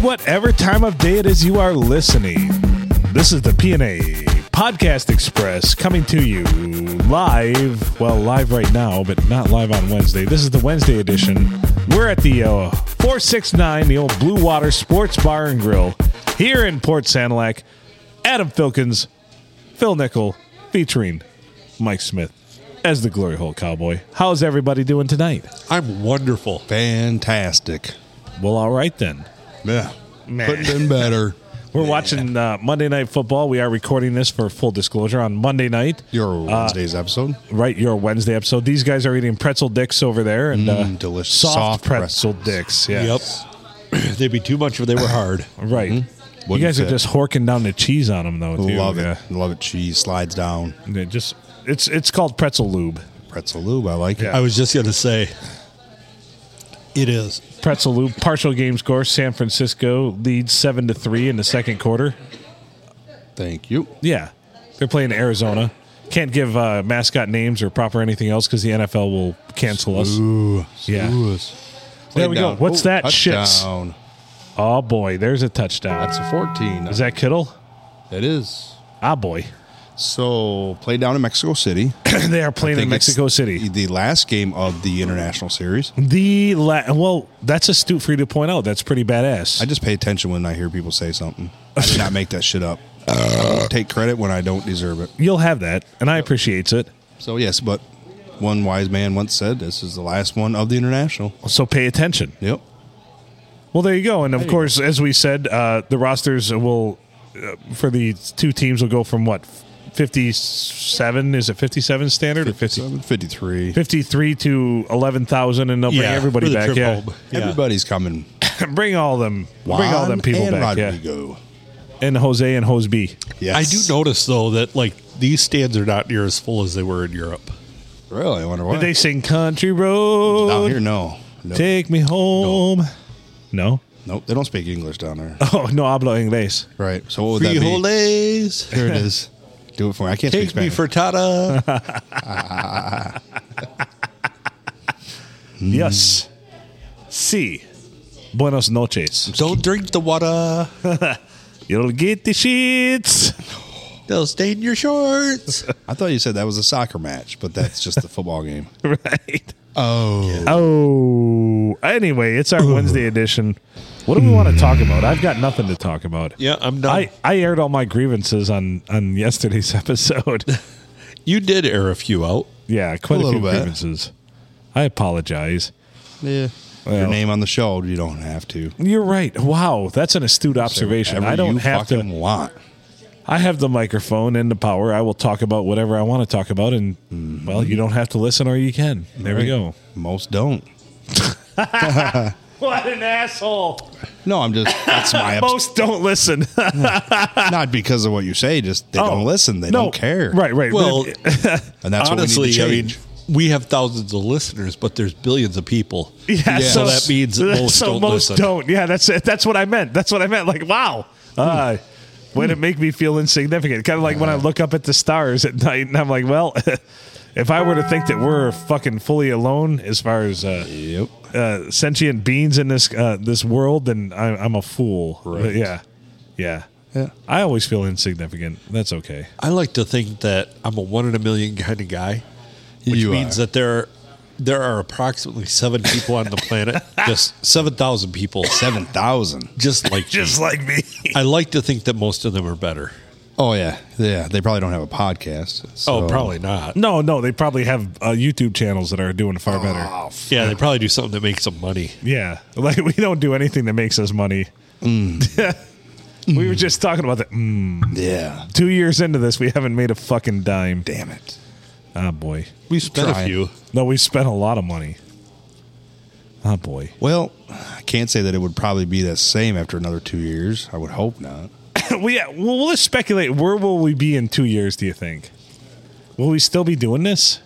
whatever time of day it is you are listening. This is the PNA Podcast Express coming to you live. Well, live right now, but not live on Wednesday. This is the Wednesday edition. We're at the uh, 469, the old Blue Water Sports Bar and Grill here in Port Sanilac. Adam Filkins, Phil Nickel, featuring Mike Smith as the Glory Hole Cowboy. How's everybody doing tonight? I'm wonderful. Fantastic. Well, all right then. Yeah. Couldn't been better. We're watching uh, Monday Night Football. We are recording this for full disclosure on Monday night. Uh, Your Wednesday's episode. right, your Wednesday episode. These guys are eating pretzel dicks over there and uh, Mm, delicious. soft, Soft pretzel pretzels. dicks. Yes. Yep. They'd be too much if they were hard. Right. Mm-hmm. You Wouldn't guys are fit. just horking down the cheese on them though. Dude. Love Yeah. it. Love it. Cheese slides down. And it just it's it's called pretzel lube. Pretzel lube. I like Yeah. it. I was just going to say, it is. Pretzel lube. Partial game score. San Francisco leads seven to three in the second quarter. Thank you. Yeah, they're playing Arizona. Can't give uh, mascot names or proper anything else because the NFL will cancel us. Ooh. Yeah. Ooh. There we go. Down. What's that? Touchdown. Oh boy, there's a touchdown. That's a 14. Is that Kittle? it is. Ah boy, So, play down in Mexico City. they are playing in think it's Mexico City. The last game of the international series. The la- well, that's astute for you to point out. That's pretty badass. I just pay attention when I hear people say something. I did not make that shit up. I don't take credit when I don't deserve it. You'll have that, and I appreciates it. So, yes, but one wise man once said this is the last one of the international. So pay attention. Yep. Well, there you go. And of course, as we said, uh, the rosters will uh, for the two teams will go from what fifty-seven is it fifty-seven standard or fifty? 53. 53 to 11,000 and they'll bring everybody with a back trip yeah. home. Everybody's coming. bring all them bring all them people and back yeah. Rodrigo. and Jose and Jose B Yes. I do notice, though, that like these stands are not near as full as they were in Europe. Really? I wonder why. did they sing country road down here, no. no. take me home no. Nope. They don't speak English down there. oh no hablo ingles Right. So what would that be? Frijoles. There it is. Do it for me. I can't speak Take me Spanish. for Tata. Mm. yes si buenos noches Don't drink the water. you'll get the sheets They'll stain your shorts. I thought you said that was a soccer match, but that's just the football game. right Oh. oh anyway it's our Wednesday edition what do we Mm. want to talk about I've got nothing to talk about Yeah, I'm done. I, I aired all my grievances on on yesterday's episode. you did air a few out. yeah, quite a, A few little bit. grievances. I apologize. Yeah. Your name on the show, you don't have to. You're right. Wow, that's an astute observation. Whatever I don't you have fucking to. want. I have the microphone and the power. I will talk about whatever I want to talk about, and well, you don't have to listen, or you can. There we Right. go. Most don't. What an asshole! No, I'm just that's my obs- Most don't listen. not because of what you say, just they don't listen. They Oh. No. don't care. Right, right. Well, And that's what honestly, I we need to mean, change. we have thousands of listeners, but there's billions of people. Yeah, So that means that most so don't most listen. don't. Yeah, that's it. That's what I meant. That's what I meant. Like, wow. Uh, Way to make me feel insignificant. Kind of like when I look up at the stars at night and I'm like, well, if I were to think that we're fucking fully alone as far as uh, yep. uh, sentient beings in this uh, this world, then I, I'm a fool. Right. Yeah. Yeah. Yeah. I always feel insignificant. That's okay. I like to think that I'm a one in a million kind of guy, which You means are. that there are, there are approximately seven people on the planet, just seven thousand people, Seven thousand. just like Just like me. I like to think that most of them are better. Oh yeah, yeah. They probably don't have a podcast. so- oh, probably not. no, no, they probably have uh, YouTube channels that are doing far better. Oh, f- Yeah, they probably do something that makes them money. Yeah, like we don't do anything that makes us money. Mm. we were just talking about that. Mm, yeah. two years into this, we haven't made a fucking dime. Damn it. Ah, boy. We spent Trying. a few. No, we spent a lot of money. Ah, boy. Well, I can't say that it would probably be the same after another two years. I would hope not. we well, let's speculate. Where will we be in two years? Do you think? Will we still be doing this?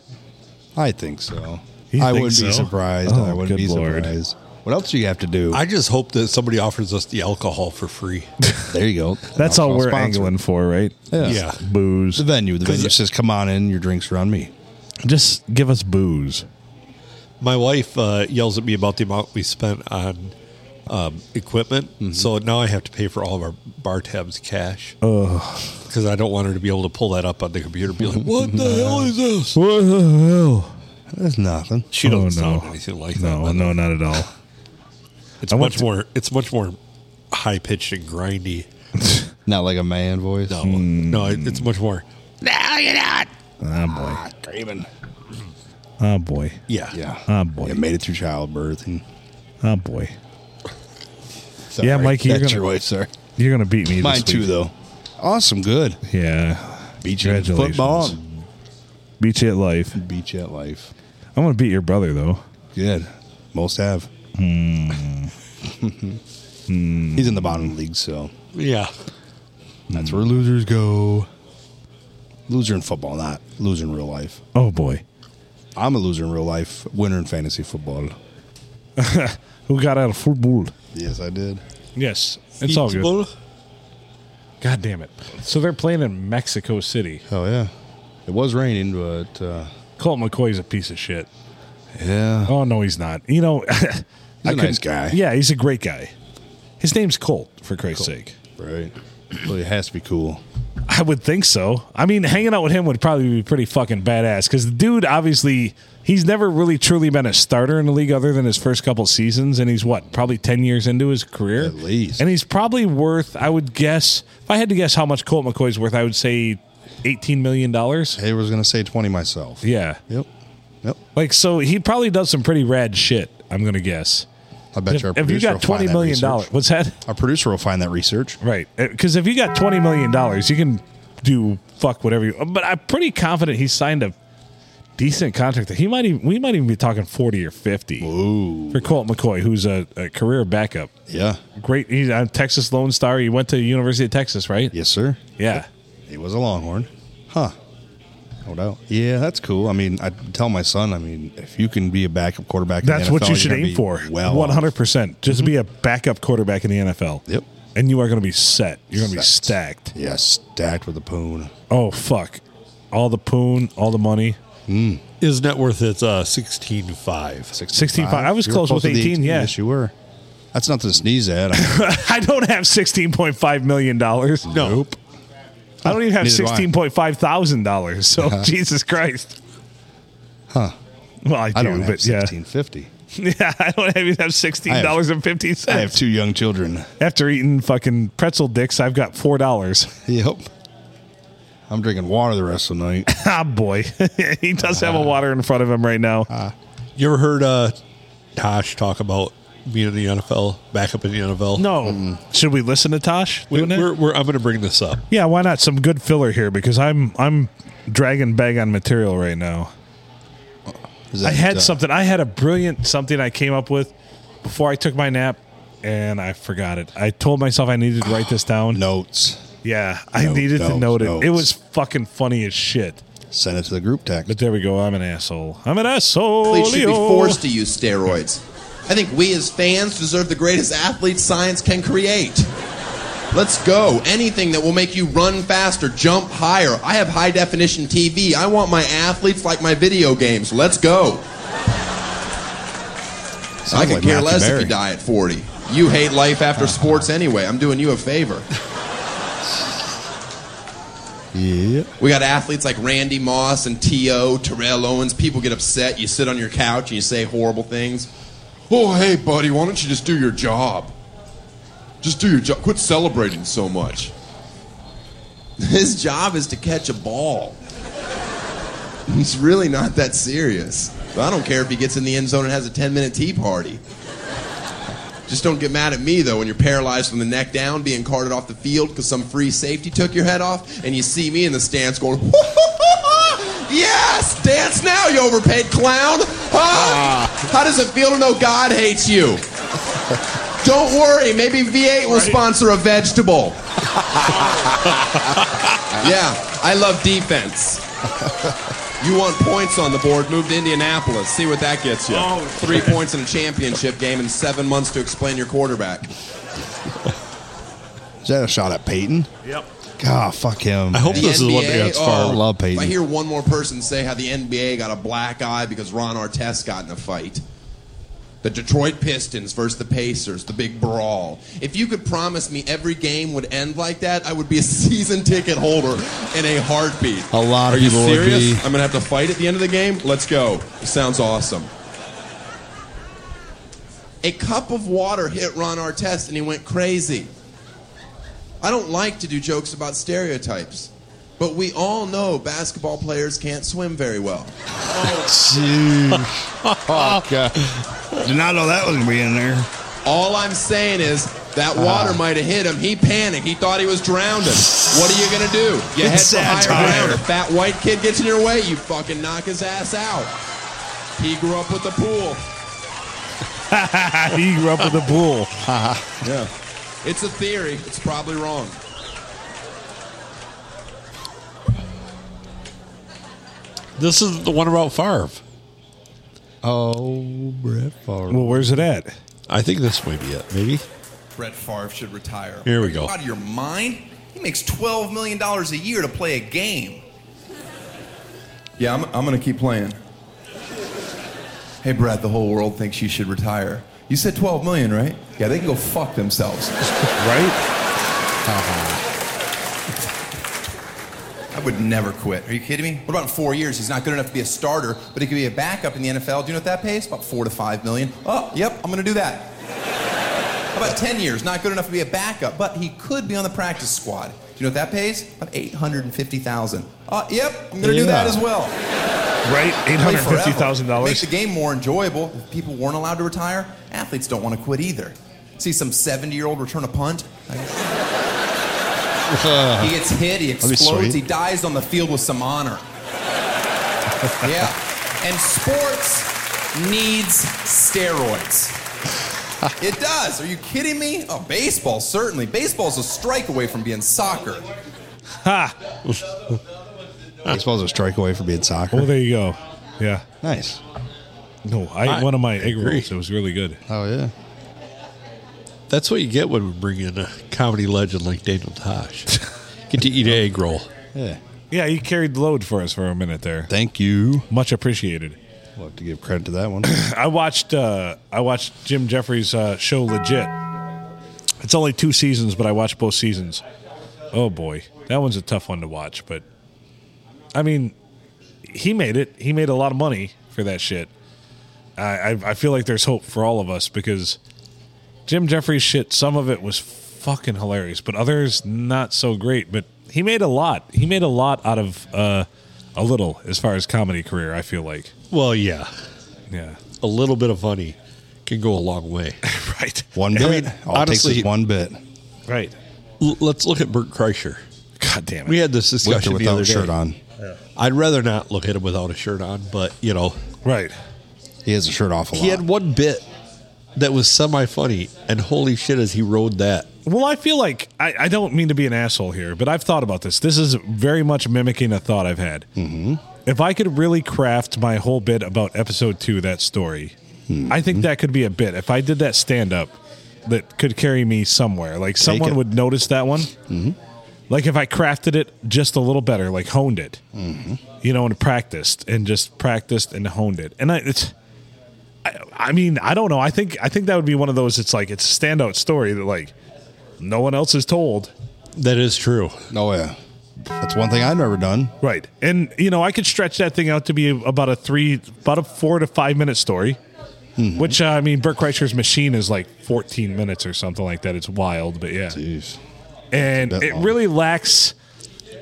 I think so. You I think wouldn't so? be surprised. Oh, I wouldn't good be Lord. surprised. What else do you have to do? I just hope that somebody offers us the alcohol for free. there you go. That's all we're Sponsor. angling for, right? Yeah. Yeah. Booze. The venue. The venue says, "Come on in. Your drinks are on me." Just give us booze. My wife uh, yells at me about the amount we spent on um, equipment. Mm-hmm. So now I have to pay for all of our bar tabs cash because I don't want her to be able to pull that up on the computer and be like, "What the hell is this?" What the hell? That's nothing. She doesn't Oh, sound no. anything like that. No, but no, not at all. It's I went much to- more. It's much more high pitched and grindy. Not like a man voice. No, Hmm. no, it, it's much more. No, you're not. Ah, Craven. boy. Ah, boy. Yeah, Yeah. Ah, boy. It made it through childbirth. And, Ah, boy. Sorry, Yeah, Mikey, you're That's gonna- your wife, sir. You're going to beat me Mine this too, week. though. Awesome. Good. Yeah. Beat you at Congratulations. football. Beat you at life. Beat you at life. I'm going to beat your brother, though. Good. Most have. Hmm. He's in the bottom league, so yeah. that's where losers go. Loser in football, not loser in real life. Oh, boy. I'm a loser in real life, winner in fantasy football. Who got out of football? Yes, I did. Yes. It's all good. Feasible. God damn it. So they're playing in Mexico City. Oh yeah, it was raining, but uh, Colt McCoy's a piece of shit. yeah, Oh, no, he's not. You know, he's a nice guy. Yeah, he's a great guy. His name's Colt, for Christ's sake. right. Well, it has to be cool. I would think so. I mean, hanging out with him would probably be pretty fucking badass because the dude obviously he's never really truly been a starter in the league other than his first couple seasons, and he's what probably ten years into his career At least. and he's probably worth. I would guess if I had to guess how much Colt McCoy's worth, I would say eighteen million dollars. Hey, I was gonna say twenty myself. Yeah, Yep. Yep. like so he probably does some pretty rad shit. I'm gonna guess. I bet If, you our if you producer will got find twenty that million research. dollars, what's that? Our producer will find that research. Right. Because if you got $20 million, you can do fuck whatever you But I'm pretty confident he signed a decent contract. He might even, we might even be talking 40 or 50 Ooh. for Colt McCoy, who's a, a career backup. Yeah. Great. He's a Texas Lone Star. He went to the University of Texas, right? Yes, sir. Yeah. He was a Longhorn. Huh. No doubt. Yeah, that's cool. I mean, I tell my son, I mean, if you can be a backup quarterback, in the That's what NFL, you you're should gonna aim be for. Well, Well, 100%. Just be a backup quarterback in the NFL. Yep. And you are going to be set. You're going to be Set. stacked. Yeah, stacked with a poon. Oh, fuck. All the poon, all the money. His net worth is uh, sixteen five. 16.5. I was You were close with to the 18, yeah. Yes, you were. That's nothing to sneeze at. I mean, I don't have sixteen point five million dollars. No, I don't even have Neither do I. sixteen point five thousand dollars. So Jesus Christ. Huh. Well, I do, I don't have but yeah, sixteen fifty. yeah, I don't even have sixteen dollars and fifty I have cents. two young children. After eating fucking pretzel dicks, I've got four dollars. Yep. I'm drinking water the rest of the night. ah, boy, he does have a water in front of him right now. You ever heard uh, Tosh talk about being in the NFL, back up in the NFL? no, Mm-hmm. should we listen to Tosh? we, doing it? we're, we're, I'm going to bring this up. Yeah, why not? Some good filler here because I'm I'm dragging bag on material right now. Is that, I had uh, something. I had a brilliant something I came up with before I took my nap, and I forgot it. I told myself I needed to write this down. notes. Yeah, I Note, needed to notes, note it. It notes. was fucking funny as shit. Send it to the group text. But there we go. I'm an asshole. I'm an asshole. athletes should be forced to use steroids. I think we as fans deserve the greatest athlete science can create. Let's go. Anything that will make you run faster, jump higher. I have high definition TV. I want my athletes like my video games. Let's go. I Sounds could like care Matthew less if Berry. you die at 40. You hate life after sports anyway. I'm doing you a favor. Yeah. We got athletes like Randy Moss and T.O., Terrell Owens. People get upset. You sit on your couch and you say horrible things. Oh, hey, buddy, why don't you just do your job? Just do your job. Quit celebrating so much. His job is to catch a ball. It's really not that serious. I don't care if he gets in the end zone and has a 10 minute tea party. Just don't get mad at me though when you're paralyzed from the neck down, being carted off the field because some free safety took your head off, and you see me in the stands going, "Yes, dance now, you overpaid clown!" Huh? How does it feel to know God hates you? Don't worry, maybe V8 will sponsor a vegetable. yeah, I love defense. You want points on the board, move to Indianapolis. See what that gets you. Three points in a championship game and seven months to explain your quarterback. Is that a shot at Peyton? Yep. God, fuck him. I hope The this is the one that NBA, gets far. oh, Love Peyton. If I hear one more person say how the NBA got a black eye because Ron Artest got in a fight, The Detroit Pistons versus the Pacers, the big brawl. If you could promise me every game would end like that, I would be a season ticket holder in a heartbeat. A lot Are of you people would serious? be- I'm gonna have to fight at the end of the game. Let's go. Sounds awesome. A cup of water hit Ron Artest, and he went crazy. I don't like to do jokes about stereotypes, but we all know basketball players can't swim very well. oh, God. Did not know that was going to be in there. All I'm saying is that Uh-huh. water might have hit him. He panicked. He thought he was drowning. What are you gonna do? You head It's to higher satire. ground. A fat white kid gets in your way, you fucking knock his ass out. He grew up with the pool. he grew up with a bull. Yeah. It's a theory. It's probably wrong. This is the one about Favre. Oh, Brett Favre. Well, where's it at? I think this might be it. Maybe. Brett Favre should retire. Here we go. Out of your mind? He makes $12 million a year to play a game. Yeah, I'm, I'm going to keep playing. Hey, Brett, the whole world thinks you should retire. You said 12 million, right? Yeah, they can go fuck themselves. Right? I would never quit. Are you kidding me? What about in four years? He's not good enough to be a starter, but he could be a backup in the NFL. Do you know what that pays? About four to five million. Oh, yep, I'm going to do that. How about 10 years? Not good enough to be a backup, but he could be on the practice squad. Do you know what that pays? About 850,000. Oh, yep, I'm going to do that Yeah. as well. Right? Play forever. Make the $850,000. game more enjoyable. If people weren't allowed to retire, athletes don't want to quit either. See some 70 year old return a punt? He gets hit, he uh, be explodes, he sweet. dies on the field with some honor. yeah. And sports needs steroids. It does. Are you kidding me? Oh, baseball, certainly. Baseball's a strike away from being soccer. Ha! Baseball's a strike away for being soccer. Well, there you go. Yeah. nice. No, I ate I one of my egg agree. rolls. It was really good. Oh, yeah. That's what you get when we bring in a comedy legend like Daniel Tosh. Get to eat an egg roll. Yeah. Yeah, he carried the load for us for a minute there. Thank you. Much appreciated. We'll have to give credit to that one. I watched uh, I watched Jim Jeffries' uh, show Legit. It's only two seasons, but I watched both seasons. Oh boy, that one's a tough one to watch. But I mean, he made it. He made a lot of money for that shit. I I, I feel like there's hope for all of us because Jim Jeffries' shit. Some of it was fucking hilarious, but others not so great. But he made a lot. He made a lot out of uh, a little as far as comedy career. I feel like. Well, yeah. Yeah. A little bit of funny can go a long way. Right. One I bit. mean, All it takes honestly- is one bit. Right. L- let's look at Bert Kreischer. God damn it. We had this With discussion or the without other a day. shirt on. I'd rather not look at him without a shirt on, but you know, right. He has a shirt off a lot. he had one bit that was semi funny, and holy shit, as he rode that. Well, I feel like I, I don't mean to be an asshole here, but I've thought about this. This is very much mimicking a thought I've had. Mm-hmm. If I could really craft my whole bit about episode two, that story, I think that could be a bit. If I did that stand up, that could carry me somewhere. Like someone it. would notice that one. Like if I crafted it just a little better, like honed it, you know, and practiced and just practiced and honed it. And I, it's, I, I mean, I don't know. I think I think that would be one of those. It's like it's a standout story that like no one else is told. That is true. oh, yeah. That's one thing I've never done. Right. And you know, I could stretch that thing out to be about a three, about a four to five minute story. Mm-hmm. Which uh, I mean, Bert Kreischer's machine is like 14 minutes or something like that. It's wild, but yeah. Jeez. and bit it long. really lacks.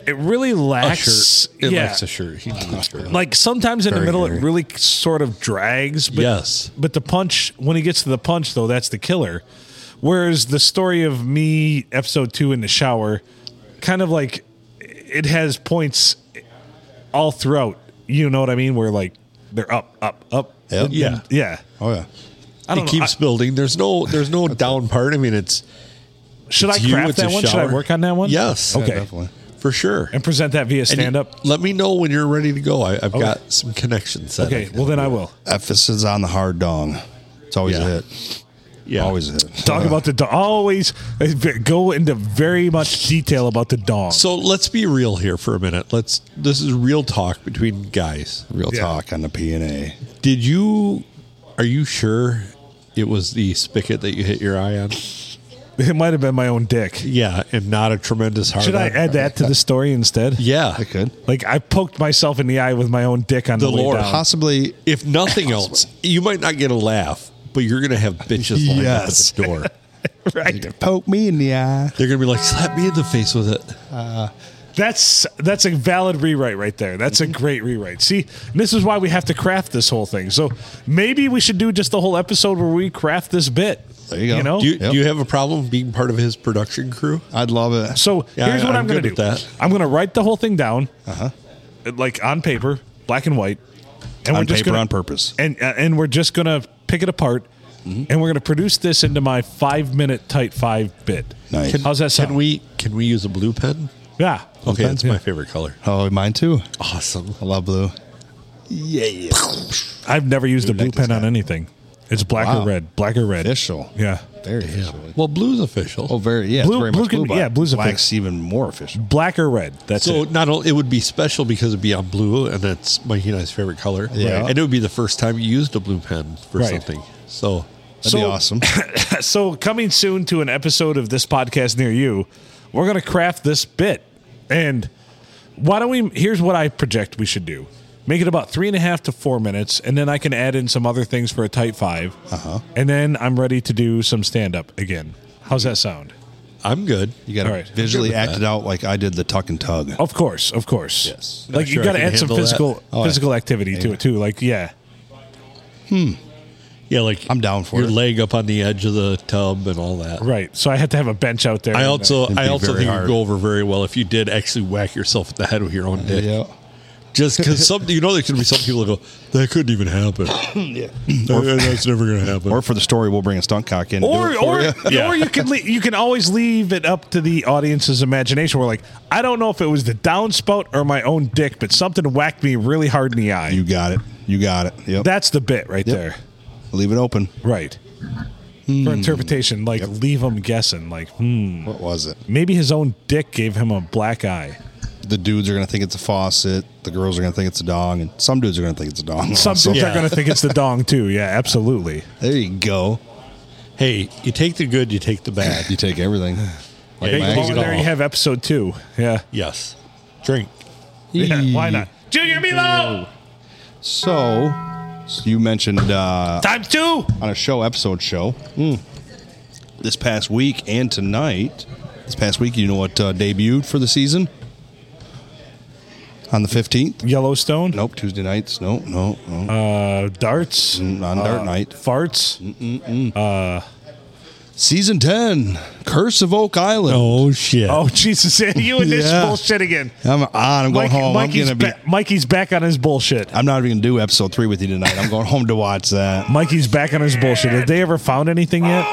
It really A lacks. shirt. It yeah. likes a shirt. He needs a shirt. Like sometimes in the Very middle, it hairy. really sort of drags. But, Yes. But the punch, when he gets to the punch, though, that's the killer. Whereas the story of me, episode two in the shower, kind of like it has points all throughout. You know what I mean? Where like they're up, up, up. Yep. Yeah. Yeah. Oh, yeah. I don't it know. keeps building. There's no there's no down part. I mean, it's I- should I it's you, craft it's a that one? Should I shower. work on that one? Yes. Okay. Definitely. for sure. And present that via And you- stand up. Let me know when you're ready to go. I, I've got some connections. that Okay. can Well, then I do. will. Emphasis on the hard dong. It's always Yeah. a hit. Yeah. Always a hit. Talk Uh-huh. about the dong. Always uh, v- go into very much detail about the dong. So let's be real here for a minute. Let's. This is real talk between guys. Real Yeah. talk on the P and A. Did you? Are you sure it was the spigot that you hit your eye on. It might have been my own dick. Yeah, and not a tremendous hard. Should I on. add that to the story instead? Yeah, I could. Like I poked myself in the eye with my own dick on the, The way Lord. down. Possibly. If nothing else, you might not get a laugh, but you're gonna have bitches lined Yes. up at the door. Right. Poke me in the eye. They're gonna be like, slap me in the face with it. That's that's a valid rewrite right there. That's Mm-hmm. a great rewrite. See, and this is why we have to craft this whole thing. So maybe we should do just the whole episode where we craft this bit. There you go. You know? Do you, Yep. do you have a problem being part of his production crew? I'd love it. So Yeah, here's I- what I'm, I'm going to good do. with that. I'm going to write the whole thing down, uh-huh. like on paper, black and white, and On we're just paper gonna, on purpose. and uh, and we're just going to pick it apart, Mm-hmm. and we're going to produce this into my five minute tight five bit. Nice. Can- How's that sound? Can we can we use a blue pen? Yeah. Okay, that's Yeah. my favorite color. Oh, mine too. Awesome. I love blue. I've never used a Dude, I blue just pen on had- anything. It's black Wow. or red. Black or red. Official. Yeah. Very official. Well, blue's Oh, official. very yeah. Blue- it's very blue much can- blue bot. yeah, blue's a Black's even more official. Black or red. That's So it. not only it would be special because it'd be on blue, and that's Mikey and I's favorite color. Yeah. and it would be the first time you used a blue pen for Right. something. So That'd be So- awesome. So coming soon to an episode of this podcast near you, we're going to craft this bit. And why don't we? Here's what I project we should do: make it about three and a half to four minutes, and then I can add in some other things for a tight five. Uh-huh. And then I'm ready to do some stand up again. How's that sound? I'm good. You got to All right. visually act it out like I did the tuck and tug. Of course, of course. Yes. Like Not you sure I got to can add some handle that. physical Oh, yeah. physical activity to it too. Like yeah, Yeah, like I'm down for your it. leg up on the edge of the tub and all that. right. So I had to have a bench out there. I and- uh, also It'd be I also very think hard. it'd go over very well if you did actually whack yourself at the head with your own dick. Yeah. Just because some you know there can be some people that go that couldn't even happen. yeah, that's never gonna happen. Or for the story, we'll bring a stunt cock in. and do or it for or ya. Yeah. or you can le- you can always leave it up to the audience's imagination. We're like, I don't know if it was the downspout or my own dick, but something whacked me really hard in the eye. you got it. You got it. Yep. That's the bit right Yep. Hmm. there, Leave it open. right? For interpretation, like leave him guessing. Like hmm, What was it? maybe his own dick gave him a black eye. The dudes are gonna think it's a faucet. The girls are gonna think it's a dong, and some dudes are gonna think it's a dong. Some also. people are going to think it's the dong too. Yeah, absolutely. There you go. hey, you take the good, you take the bad. You take everything. Like Yeah, you my take ex- it Oh, all. there you have episode two. Yeah, Yes. Drink. yeah why not? Junior Milo, So, so you mentioned uh, times two. on a show episode show Hmm. this past week and tonight. This past week, you know what uh, debuted for the season on the fifteenth. Yellowstone, Nope, Tuesday nights. No, no, no. uh, darts, uh, on Dart Night. farts. Season ten, Curse of Oak Island. Oh shit. Oh Jesus! You and this Yeah. bullshit again. I'm on. I'm going Mike- home. Oh. Mikey's, I'm gonna be. ba- Mikey's back on his bullshit. I'm not even gonna do episode three with you tonight. I'm going home to watch that. Mikey's back on his bullshit. Have they ever found anything yet?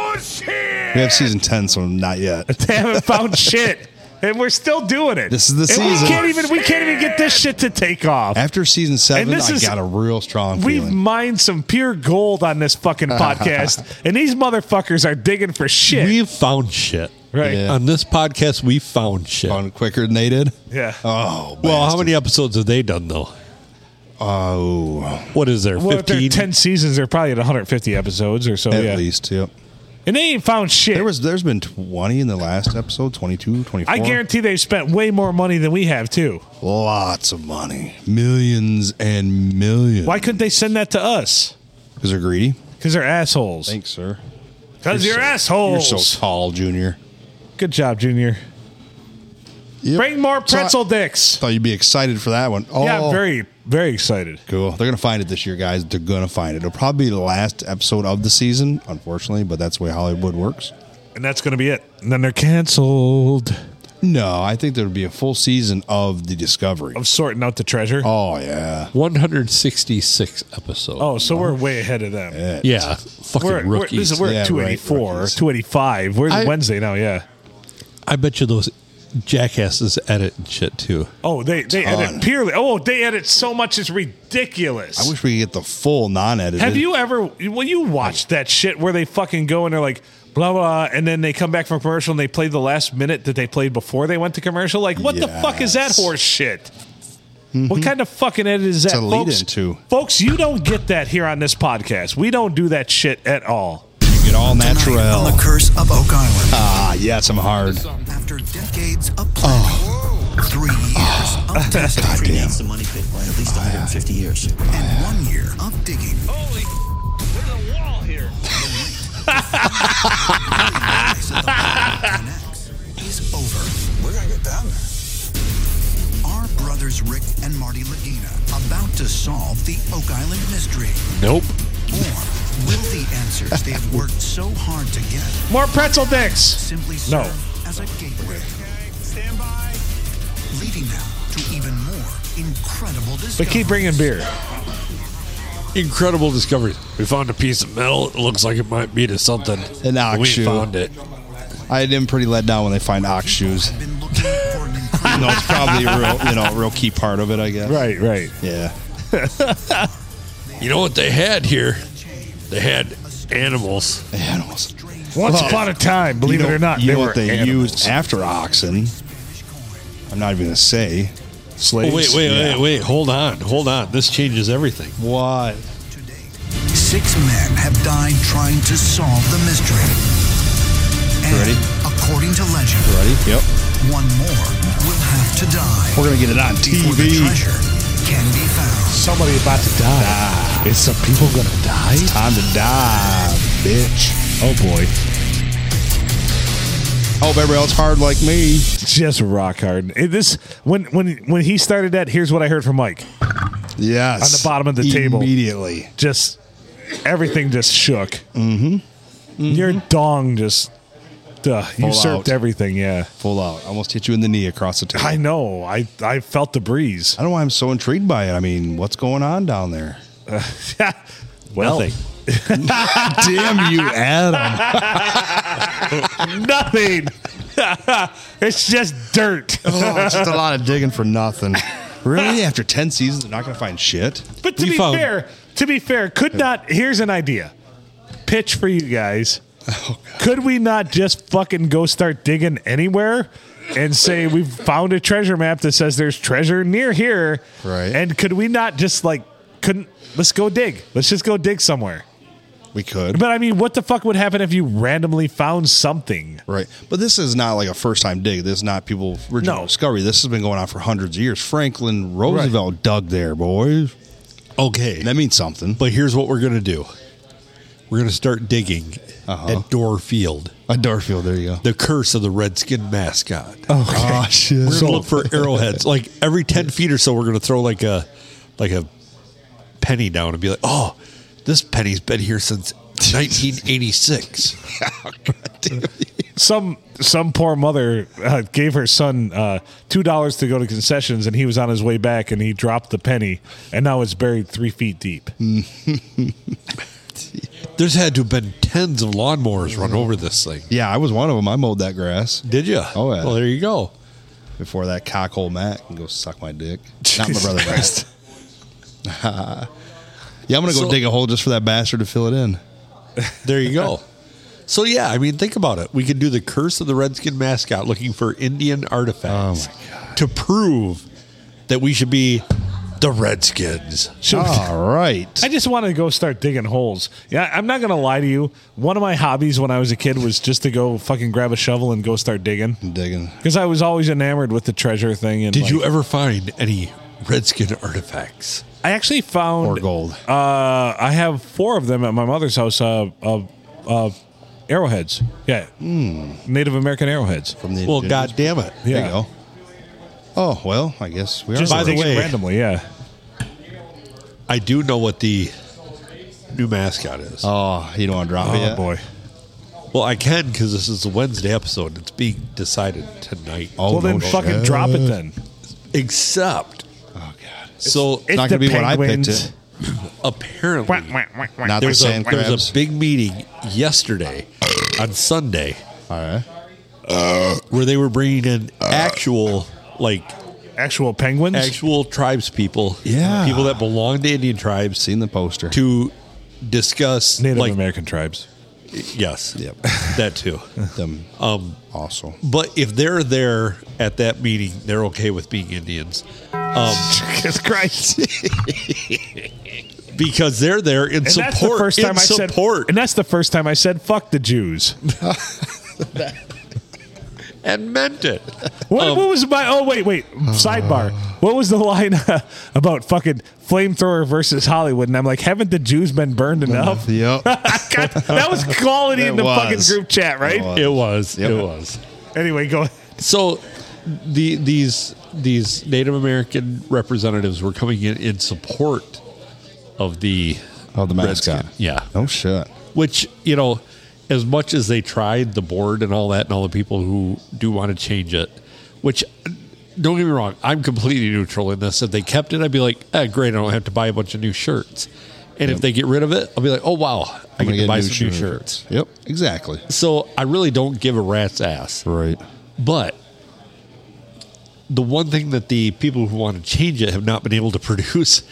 We have season ten, so not yet. They haven't found shit, and we're still doing it. This is the and season. We can't even. We can't even get this shit to take off. After season seven, this I is- got a real strong We've feeling. mined some pure gold on this fucking podcast, and these motherfuckers are digging for shit. We've found shit. right? Yeah. On this podcast, we found shit. Gone quicker than they did. Yeah. Oh, well, how many episodes have they done though? Oh, What is there? Well, if they're Fifteen. ten seasons, they're probably at 150 episodes or so. Oh, at yeah. least. Yep. And they ain't found shit. There was. There's been 20 in the last episode. 22, 24. I guarantee they've spent way more money than we have too. Lots of money, millions and millions. Why couldn't they send that to us? Because they're greedy. Because they're assholes. Thanks, sir. Because you're, so- assholes. You're so tall, Junior. Good job, Junior. Yep. Bring more So I- pretzel dicks. Thought you'd be excited for that one. Oh, Yeah, I'm very, very excited. cool. They're gonna find it this year, guys. They're gonna find it. It'll probably be the last episode of the season, unfortunately, but that's the way Hollywood works. And that's going to be it. And then they're canceled. No, I think there'll be a full season of the Discovery. I'm sorting out the treasure. Oh, Oh yeah, One hundred sixty-six episodes. so we're way ahead of them. yeah, fucking Oh, We're, we're, rookies. this is, we're at Yeah, right, 284, rookies. 285. We're I- Wednesday now, yeah. I bet you those jackasses edit and shit too. Oh, they, they Ton. edit purely. Oh, they edit so much, it's ridiculous. I wish we could get the full non-edited. Have you ever? Well, you watched that shit where they fucking go and they're like blah blah, and then they come back from commercial and they play the last minute that they played before they went to commercial. Like, what the fuck is that Yes. Mm-hmm. horse shit? What kind of fucking edit is that, a lead folks? into. Folks, you don't get that here on this podcast. We don't do that shit at all. get all natural. Tonight on the curse of Oak Island. Ah, yes, I'm hard. After decades of planning, three years of testing, That's the money pit by at least 150 years. and one year of digging, Holy, there's a wall here. place of the Bible connects is over. Where I get down Our brothers Rick and Marty Lagina about to solve the Oak Island mystery, Nope. or will the answers they have worked so hard to get More pretzel dicks. simply No. serve as a gateway, Stand by. leading them to even more incredible discoveries? But keep bringing beer. Incredible discoveries. We found a piece of metal. It looks like it might be to something. An ox we shoe. found it. I am pretty let down when they find ox shoes. Been looking for an incredible No, it's probably a real, you know, a real key part of it, I guess. Right, right. Yeah. You know what they had here? They had animals. Animals. Once upon a time, believe You know- it or not, you they know were what they animals. used after oxen. I'm not even gonna say slaves. Oh, wait, wait, Yeah. wait, wait. Hold on, hold on. This changes everything. What? Today, six men have died trying to solve the mystery. And Ready? according to legend, Ready? Yep. one more will have to die We're gonna get it on before the TV. treasure can be found. Somebody about to die. Is some people gonna die? Time to die, bitch. Oh boy. Hope everybody else hard like me. Just rock hard. It- this when when when he started that, here's what I heard from Mike. Yes. On the bottom of the table. Immediately. Just everything just shook. Mm-hmm. Your dong just uh, usurped out. everything. Yeah, Full out. Almost hit you in the knee across the table. I I, know. I I felt the breeze. don't know why I'm so intrigued by it. I mean, what's going on down there? well, Nothing. Damn you, Adam. nothing. it's just dirt. oh, it's just a lot of digging for nothing. Really? After 10 seasons, they're not going to find shit? But to We be found- fair, to be fair, could not. Here's an idea. Pitch for you guys. could we not just fucking go start digging anywhere and say we've found a treasure map that says there's treasure near here? Right. And could we not just like couldn't let's go dig. Let's just go dig somewhere. We could. But I mean, what the fuck would happen if you randomly found something? Right. But this is not like a first time dig. This is not people original No. discovery. This has been going on for hundreds of years. Franklin Roosevelt dug there, boys. Okay, That means something. but here's what we're gonna do. We're gonna start digging Uh-huh. at Door Field, A Darfield, there you go. the curse of the Redskin mascot. Oh, shit. We're gonna look for arrowheads. Like every ten feet or so, we're gonna throw like a like a penny down and be like, "Oh, this penny's been here since 1986." some some poor mother uh, gave her son uh, two dollars to go to concessions, and he was on his way back, and he dropped the penny, and now it's buried three feet deep. There's had to have been tens of lawnmowers run over this thing. yeah, I was one of them. I mowed that grass Did you? Oh, yeah. Well, there you go. before that cockhole Matt can go suck my dick. Not my brother Matt. yeah, I'm going to go So- dig a hole just for that bastard to fill it in. There you go. so yeah, I mean, think about it. We could do the curse of the Redskin mascot, looking for Indian artifacts Oh, to prove that we should be the Redskins. Should we- All right. I just want to go start digging holes. Yeah, I'm not gonna lie to you. One of my hobbies when I was a kid was just to go fucking grab a shovel and go start digging I'm digging. because I was always enamored with the treasure thing. And Did like- you ever find any Redskin artifacts? I actually found Or gold. Uh, I have four of them at my mother's house. Uh, uh, uh, arrowheads. Yeah, Native American arrowheads. Hmm. From the Well, indigenous- God damn it! Yeah. There you go. Oh, well, I guess we are. Just By the picks way- randomly, yeah. I do know what the new mascot is. oh, you don't want to drop Oh it yet? boy. well, I can because this is the Wednesday episode. It's being decided tonight. Oh, Well, then no fucking shit. drop it then. Except Oh, God. It's so It's not going to the be what I picked penguins. it. apparently Not there the was, a, sand there was a crabs. big meeting yesterday on Sunday All right. where they were bringing in actual like Actual penguins. actual tribes people, Yeah. people that belong to Indian tribes Seen the poster. to discuss Native like American tribes. yes, Yep. that too. Them Um, also. but if they're there at that meeting, they're Um, okay with being Indians Jesus Christ. because they're there in And support. that's the first time in I support. said. And that's the first time I said "fuck the Jews." and meant it. What, Um, what was my? Oh wait, wait. Sidebar. What was the line uh, about fucking flamethrower versus Hollywood? And I'm like, haven't the Jews been burned enough? Yep. God, that was quality in the That was. fucking group chat, right? That was. It was. Yep. It was. Anyway, go. So the these these Native American representatives were coming in in support of the Oh, the Redskin. mascot. Yeah. Oh shit. Which, you know, as much as they tried the board and all that and all the people who do want to change it, which don't get me wrong, I'm completely neutral in this. If they kept it, I'd be like, eh, great, I don't have to buy a bunch of new shirts. And if they get rid of it, I'll be like, oh wow, I I'm get gonna to get buy new some new shirts. shirts. Yep. Exactly. So I really don't give a rat's ass. Right. But the one thing that the people who want to change it have not been able to produce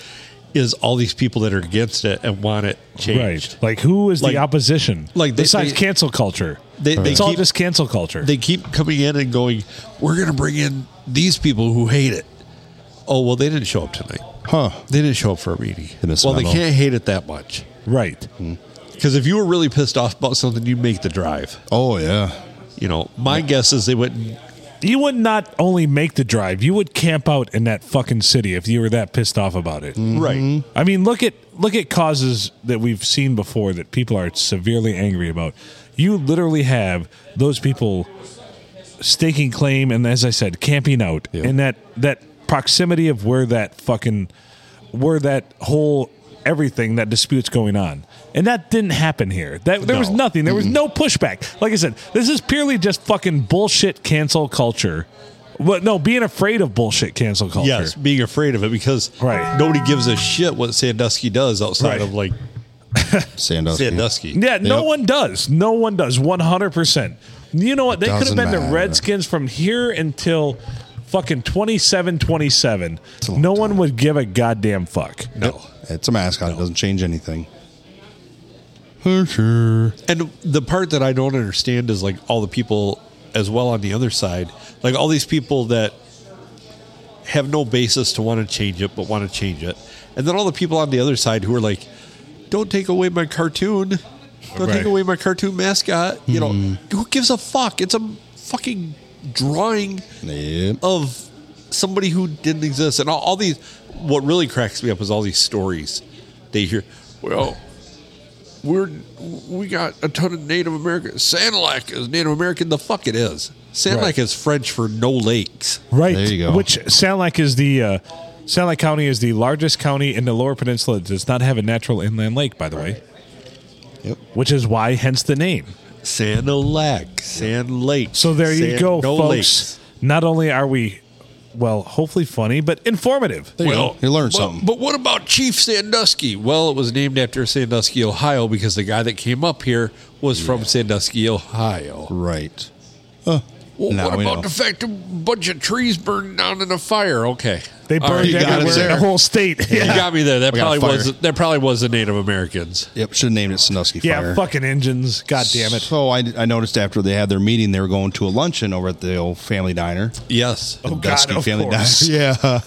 is all these people that are against it and want it changed. Right. Like who is Like- the opposition? like, they- besides they- cancel culture, They- they it's all keep- just cancel culture. They keep coming in and going, "We're going to bring in these people who hate it." Oh well, they didn't show up tonight. Huh. They didn't show up for a meeting. In this Well, they memo. can't hate it that much right. because if you were really pissed off about something, you'd make the drive. Oh yeah. You know, my guess is they wouldn't. You would not only make the drive, you would camp out in that fucking city if you were that pissed off about it. Right. I mean, look at look at causes that we've seen before that people are severely angry about. You literally have those people staking claim, and as I said, camping out, and that that proximity of where that fucking where that whole everything that disputes going on, and that didn't happen here. That there was No. nothing. There was no pushback. Like I said, this is purely just fucking bullshit cancel culture. Well, no, being afraid of bullshit cancel culture. Yes, being afraid of it because Right. nobody gives a shit what Sandusky does outside Right. of like Sandusky. Sandusky. Yeah, no Yep. one does. No one does. One hundred percent. You know what? They could have doesn't been the matter. Redskins from here until fucking 27 27 a long no one would give a goddamn fuck No. It's a mascot. It doesn't change anything. For sure. And the part that I don't understand is like all the people as well on the other side, like all these people that have no basis to want to change it, but want to change it. And then all the people on the other side who are like, don't take away my cartoon. Don't Right. take away my cartoon mascot. You know, who gives a fuck? It's a fucking drawing Yep. of somebody who didn't exist. And all, all these, what really cracks me up is all these stories they hear. Well, we're we got a ton of Native American. Sanilac is Native American. The fuck it is. Sanilac Right. is French for no lakes. right There you go. which sound like is the uh sound like county is the largest county in the lower peninsula that does not have a natural inland lake by the way Yep. which is why hence the name Sanilac, Sand Lake. so there you San- go no folks lakes. not only are we well hopefully funny but informative There you go. You learned but, something. But what about Chief Sandusky? Well, it was named after Sandusky, Ohio, because the guy that came up here was from Sandusky, Ohio. Right. Well, Now what we about know. the fact a bunch of trees burned down in a fire? Okay, they All right, burned you got it everywhere in there. the whole state it. You got me there. That We got probably a fire. was that probably was the Native Americans. Yep. Should have named it Sandusky Yeah, Fire. fucking engines. God damn it. So I, I noticed after they had their meeting, they were going to a luncheon over at the old family diner. Yes, Oh, Dusky God, of family course. diner. Yeah.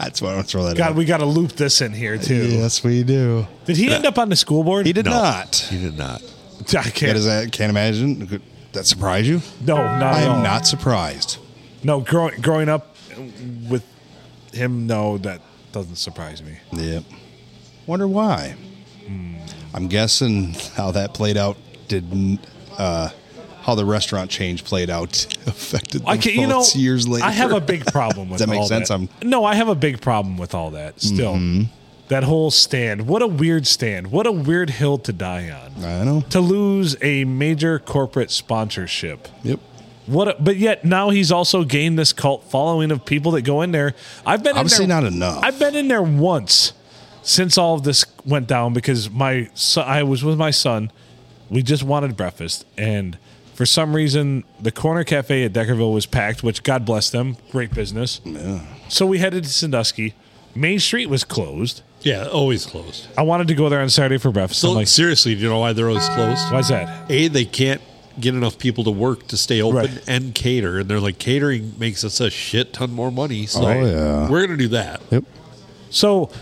That's why I want to throw that God, out. we got to loop this in here, too. we do. Did Uh, he end up on the school board? He did not. you did not. I That can't. is, I can't imagine. Could that surprise you? no, not I at all. am not surprised. No, grow, growing up with him, no, that doesn't surprise me. Yep. Wonder why. Hmm. I'm guessing how that played out didn't. Uh, how the restaurant change played out affected I them can, you know, both years later. I have a big problem with Does that make all sense? that. I'm- Mm-hmm. no, I have a big problem with all that still. That whole stand. What a weird stand. What a weird hill to die on. I know. To lose a major corporate sponsorship. Yep. What? A, but yet now he's also gained this cult following of people that go in there. I've been Obviously in there, not enough. I've been in there once since all of this went down because my son, I was with my son. We just wanted breakfast, and for some reason, the corner cafe at Deckerville was packed. Which God bless them, great business. So we headed to Sandusky. Main Street was closed. Yeah, always closed. I wanted to go there on Saturday for breakfast. So I'm like, seriously, do you know why they're always closed? why's that? A, they can't get enough people to work to stay open Right. and cater, and they're like catering makes us a shit ton more money. So Oh, yeah. we're gonna do that. Yep. So So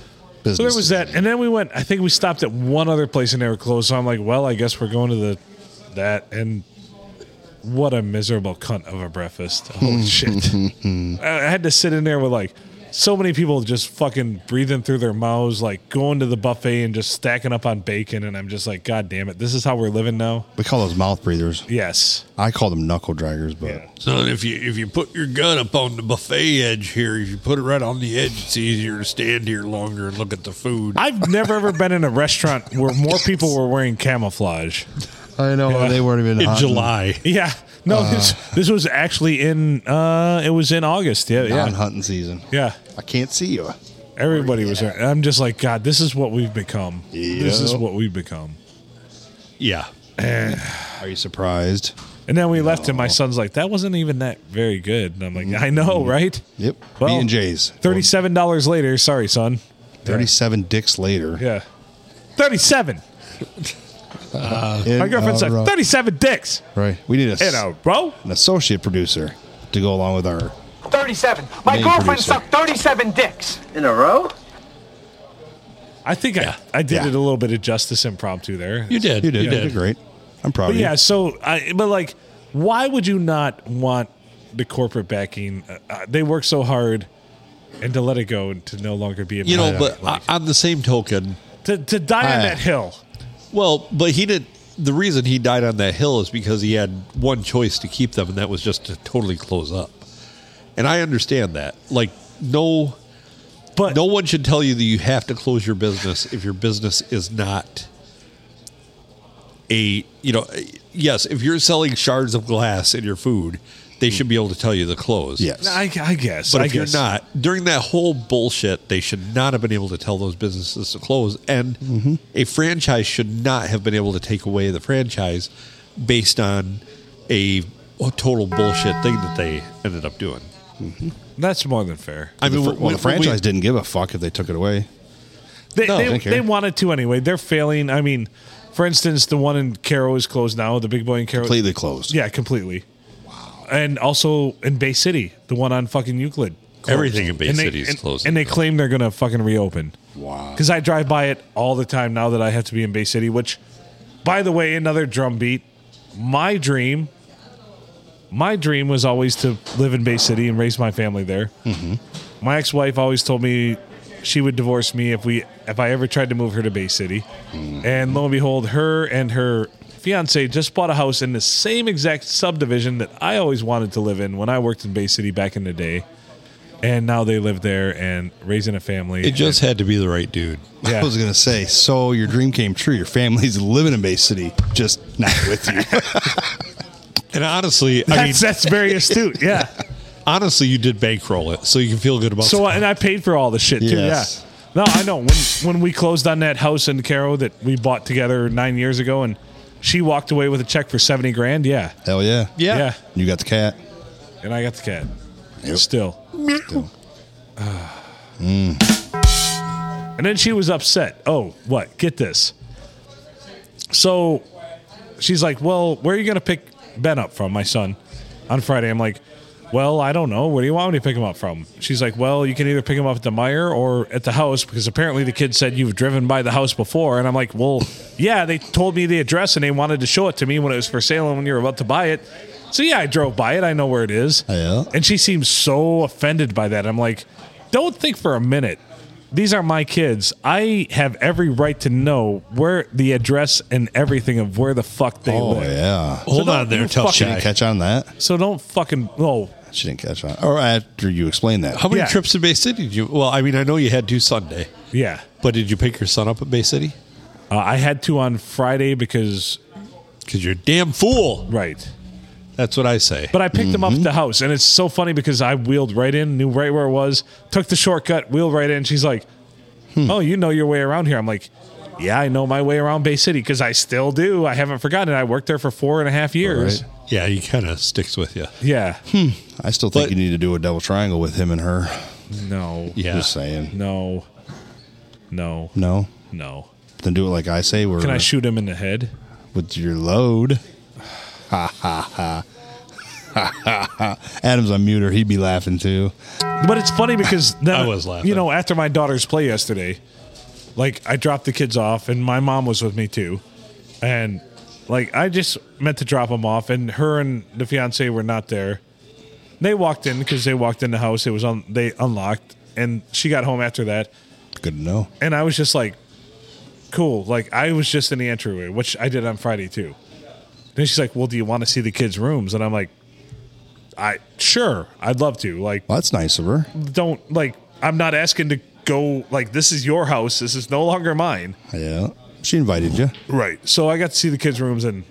business. there was that, and then we went. I think we stopped at one other place and they were closed. So I'm like, well, I guess we're going to the that. And what a miserable cunt of a breakfast! Holy shit! I I had to sit in there with like so many people just fucking breathing through their mouths, like going to the buffet and just stacking up on bacon. And I'm just like, god damn it, this is how we're living now. We call those mouth breathers. Yes. I call them knuckle draggers, but Son, if you if you put your gun up on the buffet edge here, if you put it right on the edge, it's easier to stand here longer and look at the food. I've never ever been in a restaurant where more people were wearing camouflage. I know they weren't even in hot. July. Yeah. No, this, this was actually in uh it was in August. Yeah, Yeah. yeah. On hunting season. Yeah. I can't see you. Everybody was there. And I'm just like, God, this is what we've become. This is Yeah. what we've become. Yeah. Are you surprised? And then we left and my son's like, that wasn't even that very good. And I'm like, I know, right? Yep. Well, Mm-hmm. B and J's. Thirty-seven dollars later. Sorry, son. Thirty-seven dicks later. Yeah. Thirty-seven. My girlfriend said thirty-seven dicks Right. We need a, in a row. an associate producer to go along with our. 37. My Main girlfriend producer. sucked 37 dicks. In a row? I think I, I did Yeah. it a little bit of justice impromptu there. You did. You did. You did great. I'm proud But of you. yeah, so I but like, why would you not want the corporate backing? Uh, Uh, they work so hard, and to let it go and to no longer be a You know, part of but it, like, on the same token, to to die on I- that hill. well, but he did. The reason he died on that hill is because he had one choice to keep them, and that was just to totally close up. And I understand that. Like, no, But no one should tell you that you have to close your business if your business is not a you know yes if you're selling shards of glass in your food they should be able to tell you to close Yes. I, I guess, but I if you're guess. not during that whole bullshit they should not have been able to tell those businesses to close and a franchise should not have been able to take away the franchise based on a total bullshit thing that they ended up doing that's more than fair. i mean The fr- when- well, when the we- franchise didn't give a fuck if they took it away. They No, they, don't care. they wanted to anyway. They're failing. I mean, for instance, the one in Caro is closed now. The Big Boy in Caro, Completely closed. yeah, completely. Wow. And also in Bay City, the one on fucking Euclid. Everything in Bay and they, City is and- closed. And they claim they're going to fucking reopen. Wow. Because I drive by it all the time now that I have to be in Bay City, which, by the way, another drum beat. My dream, my dream was always to live in Bay City and raise my family there. Mm-hmm. My ex wife always told me she would divorce me if we if I ever tried to move her to Bay City. Mm-hmm. And lo and behold, her and her fiance just bought a house in the same exact subdivision that I always wanted to live in when I worked in Bay City back in the day. And now they live there and raising a family. it just had to be the right dude Yeah. I was gonna say, so your dream came true. Your family's living in Bay City, just not with you. And honestly, I mean, That's, that's very astute. Yeah. honestly, you did bankroll it, so you can feel good about. So that. I- and I paid for all the shit too. Yes. Yeah. No, I know when when we closed on that house in Caro that we bought together nine years ago, and she walked away with a check for seventy grand. Yeah. Hell yeah. Yeah. Yeah. You got the cat. And I got the cat. Still. Mm. And then she was upset. Oh, what? Get this. So she's like, Well, where are you going to pick Ben up from, my son, on Friday? I'm like, Well, I don't know. Where do you want me to pick him up from? She's like, Well, you can either pick him up at the Meyer or at the house because apparently the kid said you've driven by the house before. And I'm like, Well, yeah, they told me the address and they wanted to show it to me when it was for sale and when you were about to buy it. So yeah, I drove by it. I know where it is. Yeah. And she seems so offended by that. I'm like, Don't think for a minute these are my kids. I have every right to know where the address and everything of where the fuck they Oh live. yeah. Hold So on don't there, you tough fucking- She guy. didn't catch on that. So don't fucking oh She didn't catch on. Or after you explained that. How many Yeah. trips to Bay City did you? Well, I mean, I know you had two Sunday, yeah. but did you pick your son up at Bay City? Uh, I had to on Friday because Because you're a damn fool. right, That's what I say. but I picked them up Mm-hmm. at the house, and it's so funny because I wheeled right in, knew right where it was, took the shortcut, wheeled right in. She's like, Hmm. "Oh, you know your way around here." I'm like. Yeah, I know my way around Bay City because I still do. I haven't forgotten. I worked there for four and a half years. Right. Hmm. yeah, he kind of sticks with you. Yeah. I still think But- you need to do a double triangle with him and her. No. Yeah. Just saying. No. No. No. No. Then do it like I say. Where Can I shoot him in the head? with your load? Ha ha ha. Ha ha ha. Adam's on muter. He'd be laughing too. But it's funny because then, I was laughing. You know, after my daughter's play yesterday, like I dropped the kids off, and my mom was with me too, and like I just meant to drop them off, and her and the fiance were not there. They walked in because they walked in the house. It was on. They unlocked, and she got home after that, Good to know. and I was just like, cool. Like I was just in the entryway, which I did on Friday too. Then she's like, well, do you want to see the kids' rooms? And I'm like, I sure, I'd love to. Like Well, that's nice of her. don't like I'm not asking to go like this is your house. This is no longer mine. Yeah. She invited you. Right. So I got to see the kids' rooms and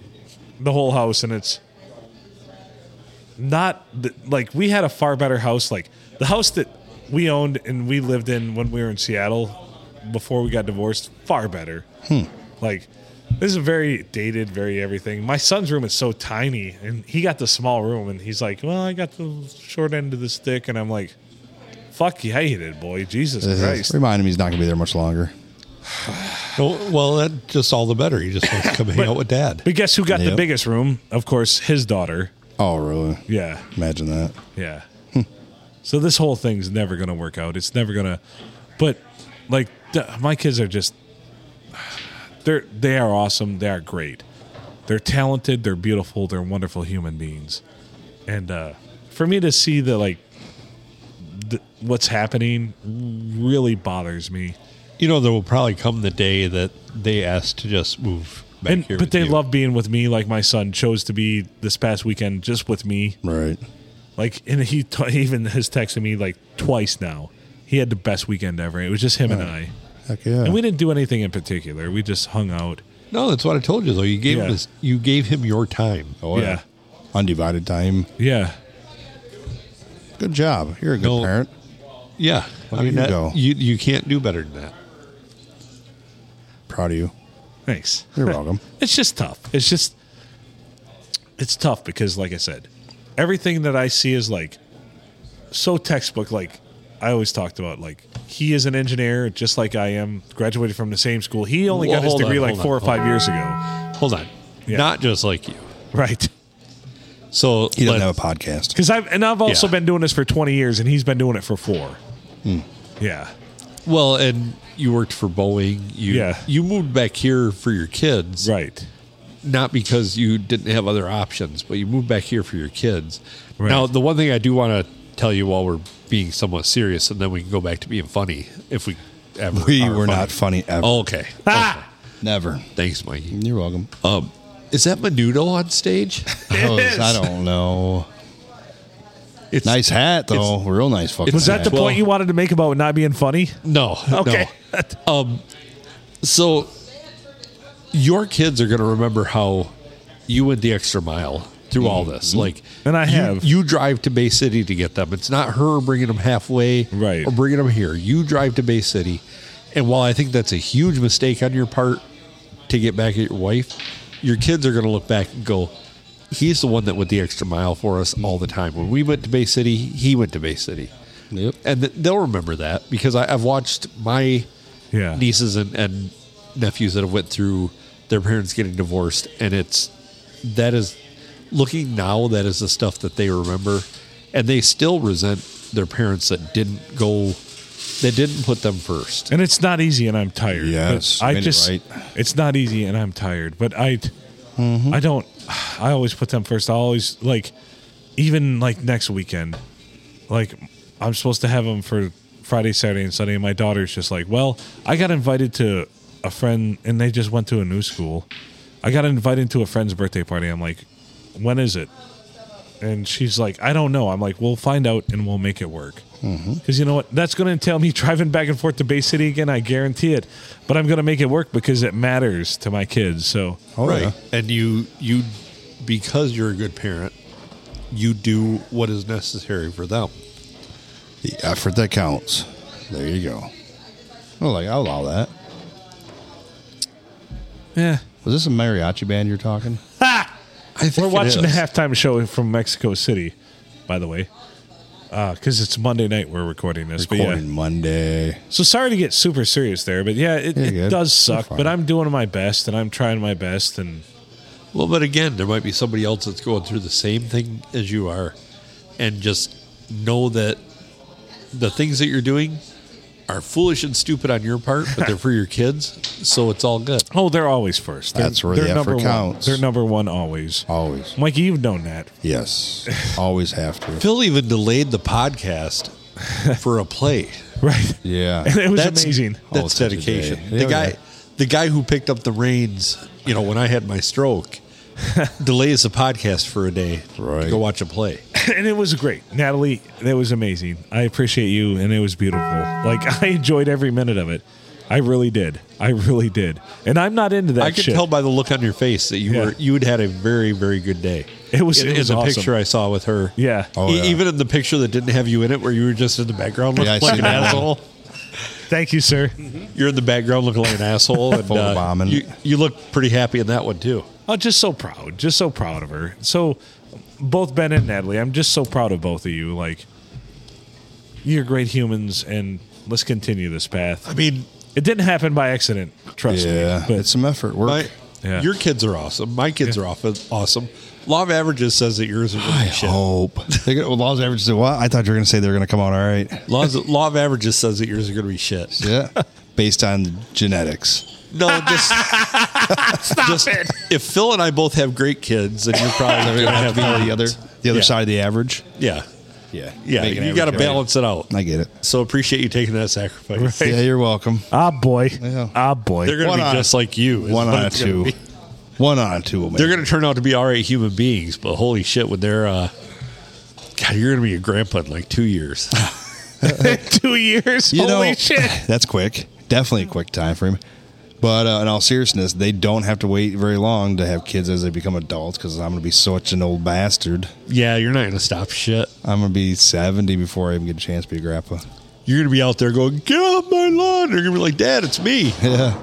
the whole house and it's not th- like we had a far better house like the house that we owned and we lived in when we were in Seattle before we got divorced far better. Like this is very dated, very everything. My son's room is so tiny and he got the small room and he's like, "Well, I got the short end of the stick." And I'm like, "Fuck yeah, you did, boy. Jesus Christ." Remind him he's not going to be there much longer. Oh, Well, that just all the better. He just wants to come hang out with dad. But guess who got the Yep. biggest room? Of course, his daughter. Oh, really? Yeah. Imagine that. Yeah. so this whole thing's never going to work out. It's never going to. But like d- my kids are just they're they are awesome. They are great. They're talented, they're beautiful, they're wonderful human beings. And uh for me to see the like th- what's happening really bothers me. You know, there will probably come the day that they ask to just move back And here. but with they you. love being with me like my son chose to be this past weekend just with me. Right. Like, and he t- he even has texted me like twice now. He had the best weekend ever. It was just him and I, Heck yeah. and we didn't do anything in particular. We just hung out. No, that's what I told you though. You gave Yeah. him his, you gave him your time. oh, yeah. Undivided time. yeah, Good job. You're a good No. parent. Yeah. Well, I mean there that, you go. you you can't do better than that. Proud of you. thanks. You're welcome. It's just tough. It's just it's tough because, like I said, everything that I see is like so textbook. Like I always talked about, like he is an engineer just like I am. Graduated from the same school. He only Well, got his hold on, degree like hold on, four or hold five on. years ago, Hold on. Yeah. Not just like you. right? So He doesn't let- have a podcast. Because I've and I've also Yeah. been doing this for twenty years, and he's been doing it for four. Yeah, well, and you worked for Boeing. You Yeah. you moved back here for your kids, right. not because you didn't have other options, but you moved back here for your kids. Right. Now, the one thing I do want to tell you while we're being somewhat serious, and then we can go back to being funny if we ever. We are were not funny ever. Oh, okay. Ah! Never. Thanks, Mikey. You're welcome. Oh, Um, is that Menudo on stage? Oh, is. I don't know. It's Nice hat though. Real nice fucking Was that the hat. Well- point you wanted to make about not being funny? No. Okay. No. So your kids are going to remember how you went the extra mile through all this. Like, Mm-hmm. And I you- have. You drive to Bay City to get them. It's not her bringing them halfway Right. or bringing them here. You drive to Bay City. And while I think that's a huge mistake on your part to get back at your wife, your kids are going to look back and go, he's the one that went the extra mile for us all the time. When we went to Bay City, he went to Bay City. Yep. And th- they'll remember that because I, I've watched my Yeah. nieces and, and nephews that have went through their parents getting divorced and it's that is looking now that is the stuff that they remember and they still resent their parents that didn't go that didn't put them first And it's not easy, and I'm tired. but Yes, I made it just right. it's not easy, and I'm tired. But I, Mm-hmm. I don't. I always put them first. I always like, even like next weekend, like I'm supposed to have them for Friday, Saturday, and Sunday. And my daughter's just like, well, I got invited to a friend, and they just went to a new school. I got invited to a friend's birthday party. I'm like, when is it? And she's like, I don't know. I'm like, we'll find out and we'll make it work. Because you know what? That's going to entail me driving back and forth to Bay City again. I guarantee it. But I'm going to make it work because it matters to my kids. So, Oh, yeah. and you you because you're a good parent you do what is necessary for them The effort that counts. There you go. Oh, like I'll allow that. yeah. Was this a mariachi band you're talking? I think We're watching the the halftime show from Mexico City, by the way. Because it's Monday night we're recording this. but yeah. Recording Monday. So sorry to get super serious there, but yeah, it, You're it good. does You're suck. fine. But I'm doing my best and I'm trying my best. And Well, but again, there might be somebody else that's going through the same thing as you are, and just know that the things that you're doing are foolish and stupid on your part, but they're for your kids, so it's all good. Oh, they're always 1st They're, That's where they're the effort number one. counts. They're number one always. Always. Mikey, you've known that. Yes. Always have to. Phil even delayed the podcast for a play. Right. Yeah. And it was amazing. Oh, That's such a dedication. day. The Yeah. guy, the guy who picked up the reins, you know, when I had my stroke, delays the podcast for a day Right. to go watch a play. and it was great. Natalie, that was amazing. I appreciate you, and it was beautiful. Like, I enjoyed every minute of it. I really did. I really did. And I'm not into that I could shit. tell by the look on your face that you Yeah. were you had had a very very good day. It was- in, it in was the awesome. picture I saw with her. Yeah. Oh, E- yeah. even in the picture that didn't have you in it, where you were just in the background looking Yeah, I like see an that one. asshole. Thank you, sir. You're in the background looking like an asshole, and uh, Photo bombing. you you look pretty happy in that one too. Oh, just so proud. Just so proud of her. So, both Ben and Natalie, I'm just so proud of both of you. Like, you're great humans, and let's continue this path. I mean, It didn't happen by accident. Trust Yeah. me. But it's some effort work. my, Yeah. your kids are awesome. My kids are off, awesome. Law of averages says that yours are I really shit. hope. They're gonna, well, laws average said, what? I thought you were going to say they were going to come out all right. Laws, law of averages says that yours are going to be shit. Yeah. Based on genetics. No, just stop it. If Phil and I both have great kids, then you're probably going to have the great other, ones. the other Yeah. side of the average. Yeah, Yeah. yeah. Make an you got to average, right? balance it out. I get it. So appreciate you taking that sacrifice. Yeah, you're welcome. ah, boy, Yeah. ah, boy. They're going One to be on- just like you. is One what out of it's gonna two. be. One out of two will make They're going to turn out to be all right human beings, but holy shit, when they're uh, God, you're going to be a grandpa in like two years. two years. You Holy know, shit! That's quick. Definitely a quick time frame. But uh, in all seriousness, they don't have to wait very long to have kids as they become adults because I'm going to be such an old bastard. yeah, you're not going to stop shit. I'm going to be 70 before I even get a chance to be a grandpa. You're going to be out there going, "Get off my lawn!" They're going to be like, "Dad, it's me. Yeah.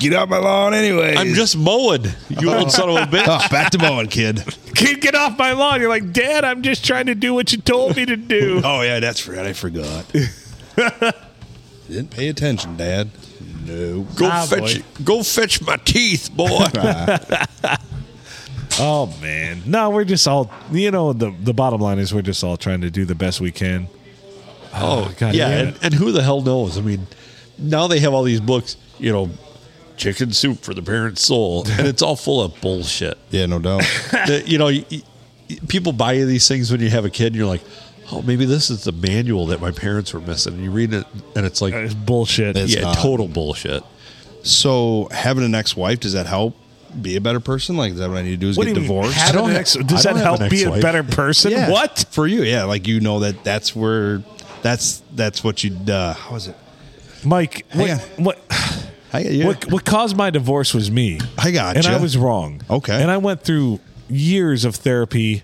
Get out my lawn anyway. I'm just mowing. You old son of a bitch." Oh, back to mowing, kid. Kid, get off my lawn. You're like, Dad, I'm just trying to do what you told me to do. Oh, yeah, that's right. I forgot. Didn't pay attention, Dad. No. Go Ah, fetch, boy. go fetch my teeth, boy. oh man, no, we're just all you know. The the bottom line is we're just all trying to do the best we can. oh God yeah, damn and, and who the hell knows? I mean, now they have all these books, you know, chicken soup for the parent soul, and it's all full of bullshit. Yeah, no doubt. That, you know, you, you- people buy you these things when you have a kid, and you're like, oh, maybe this is the manual that my parents were missing. And you read it, and it's like, It's bullshit. It's yeah, not. total bullshit. so, having an ex wife, does that help be a better person? Like, is that what I need to do? Is get divorced? I don't ex- does I that don't help have an be a ex-wife. better person? Yeah. What? for you? Yeah, like you know that that's where that's that's what you. Uh, how is it? Mike, Hang on. what, what I, yeah. What, what caused my divorce was me. I gotcha. And I was wrong. Okay. And I went through years of therapy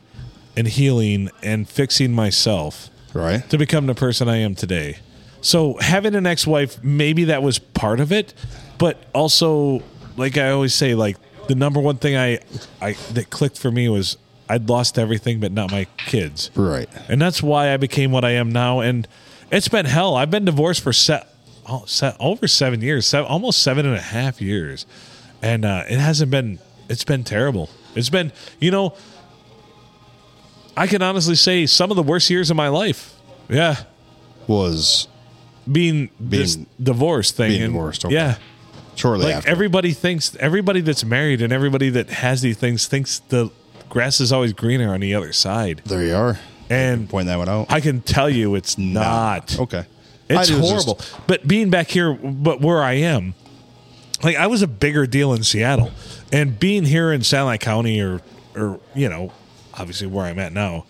and healing and fixing myself right. to become the person I am today. So having an ex-wife, maybe that was part of it, but also, like I always say, like the number one thing I, I that clicked for me was I'd lost everything, but not my kids. Right. And that's why I became what I am now. And it's been hell. I've been divorced for set, oh, se over seven years, se almost seven and a half years, and uh, it hasn't been. It's been terrible. It's been, you know, I can honestly say some of the worst years of my life. Yeah, Was being, this Being- divorce thing. being and- divorced, okay. Yeah, shortly like after. everybody thinks everybody that's married and everybody that has these things thinks the grass is always greener on the other side. there you are. And Point that one out. I can tell you it's No. not. Okay. I It's do is horrible. just- but being back here, but where I am, like I was a bigger deal in Seattle, and being here in San Lai County, or or you know, obviously where I'm at now,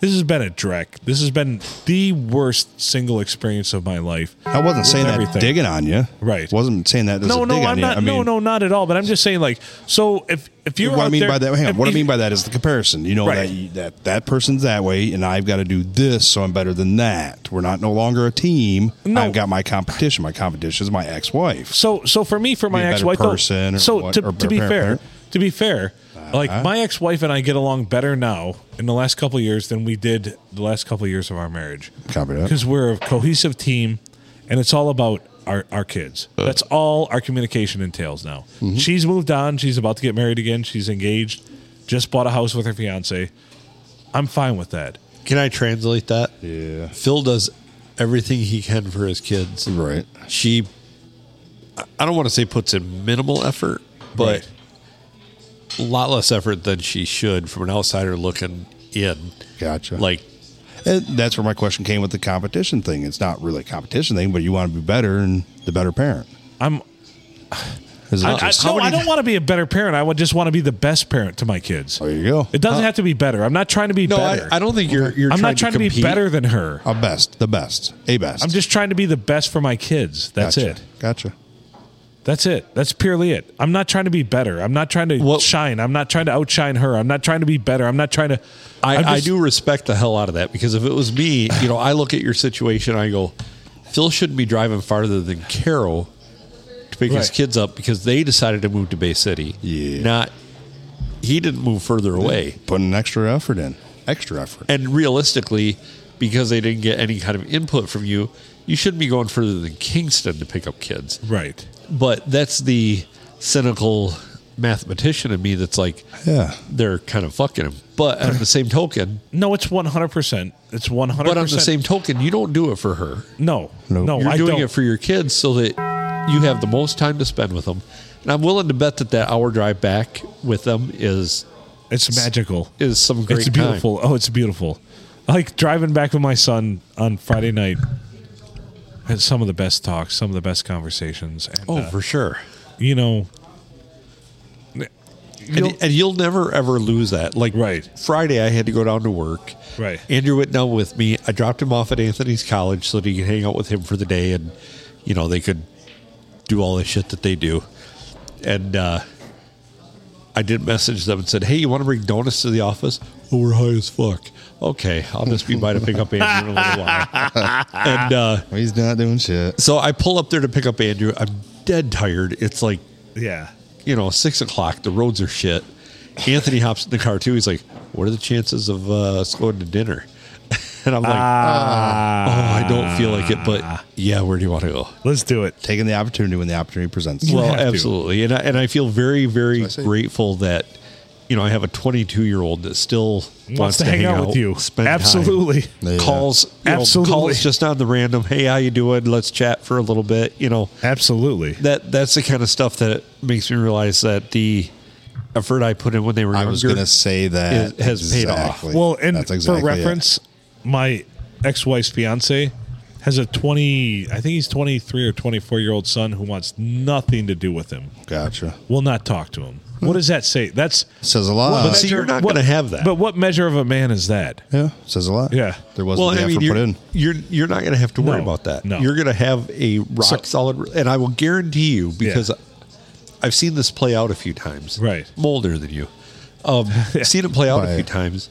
this has been a dreck. This has been the worst single experience of my life. I wasn't saying everything. that digging on you. Right. Wasn't saying that. As No, a no, dig I'm on not. You. I mean, no, no, not at all. But I'm just saying, like, so if if you're what I out mean there- by that, hang on. if- What I if- mean by that is the comparison. You know Right. that that that person's that way, and I've got to do this, so I'm better than that. We're not no longer a team. No. I've got my competition. My competition is my ex-wife. So so for me, for my a better ex wife, person or so what- to, or to be better fair, parent. Uh-huh. to be fair, like my ex wife and I get along better now in the last couple of years than we did the last couple of years of our marriage. Copy that. Because we're a cohesive team, and it's all about our our kids. That's all our communication entails now. Mm-hmm. She's moved on. She's about to get married again. She's engaged. Just bought a house with her fiance. I'm fine with that. Can I translate that? Yeah. Phil does everything he can for his kids. Right. She, I- I don't want to say puts in minimal effort, but a lot less effort than she should from an outsider looking in. Gotcha. Like, And that's where my question came with the competition thing. It's not really a competition thing, but you want to be better and the better parent. I'm. Is it I, I, just- no, I don't want to be a better parent. I would just want to be the best parent to my kids. There you go. It doesn't have to be better. I'm not trying to be no, better. I, I don't think you're. you're I'm not trying to, be compete. better than her. a best, the best, a best. I'm just trying to be the best for my kids. That's gotcha. it. Gotcha. That's it. That's purely it. I'm not trying to be better. I'm not trying to Well- shine. I'm not trying to outshine her. I'm not trying to be better. I'm not trying to. I, I'm I just- do respect the hell out of that because if it was me, you know, I look at your situation, I go, Phil shouldn't be driving farther than Carol to pick his Right. kids up because they decided to move to Bay City. Yeah. Not he didn't move further away. Putting an extra effort in. Extra effort. And realistically, because they didn't get any kind of input from you, you shouldn't be going further than Kingston to pick up kids. Right. But that's the cynical mathematician in me that's like, Yeah. they're kind of fucking him. But on the same token, No, it's 100%. It's 100%. but on the same token, you don't do it for her. No. No, No. You're I doing don't. it for your kids so that you have the most time to spend with them. And I'm willing to bet that that hour drive back with them is it's magical. is some great it's beautiful. Oh, it's beautiful. Like driving back with my son on Friday night had some of the best talks, some of the best conversations. And, time. Oh, uh, for sure. you know, And, and you'll never ever lose that. Like Right. Friday, I had to go down to work. Right. Andrew went down with me. I dropped him off at Anthony's college so that he could hang out with him for the day, and you know they could do all the shit that they do. And uh, I did message them and said, "Hey, you want to bring donuts to the office? Oh, we're high as fuck. Okay, I'll just be by to pick up Andrew in a little while." and uh, He's not doing shit. so I pull up there to pick up Andrew. I'm dead tired. It's like yeah. you know, six o'clock, the roads are shit. Anthony hops in the car too. He's like, What are the chances of uh, us going to dinner? And I'm like, Ah. Oh, I don't feel like it, but yeah, where do you want to go? Let's do it. Taking the opportunity when the opportunity presents well, have to. absolutely. And I, and I feel very, very That's what I say. grateful that, you know, I have a 22 year old that still wants, Wants to hang out with you. spend time, Absolutely. Yeah. Calls, you know, Absolutely. calls just on the random. Hey, how you doing? Let's chat for a little bit. You know, Absolutely. that that's the kind of stuff that makes me realize that the effort I put in when they were I was younger going to say that. is- has paid off. Exactly. Well, and That's exactly for it. reference, my ex-wife's fiance has a 20, I think he's 23 or 24 year old son who wants nothing to do with him. Gotcha. Will not talk to him. What does that say? That's Says a lot. what But see, you're not what- gonna have that. But what measure of a man is that? Yeah. Says a lot. Yeah. There wasn't the effort you're, put in. you're you're not going to have to worry No, about that. no. You're going to have a rock So- solid, and I will guarantee you because Yeah. I've seen this play out a few times. Right. I'm older than you. Um, seen it play out a Right. few times.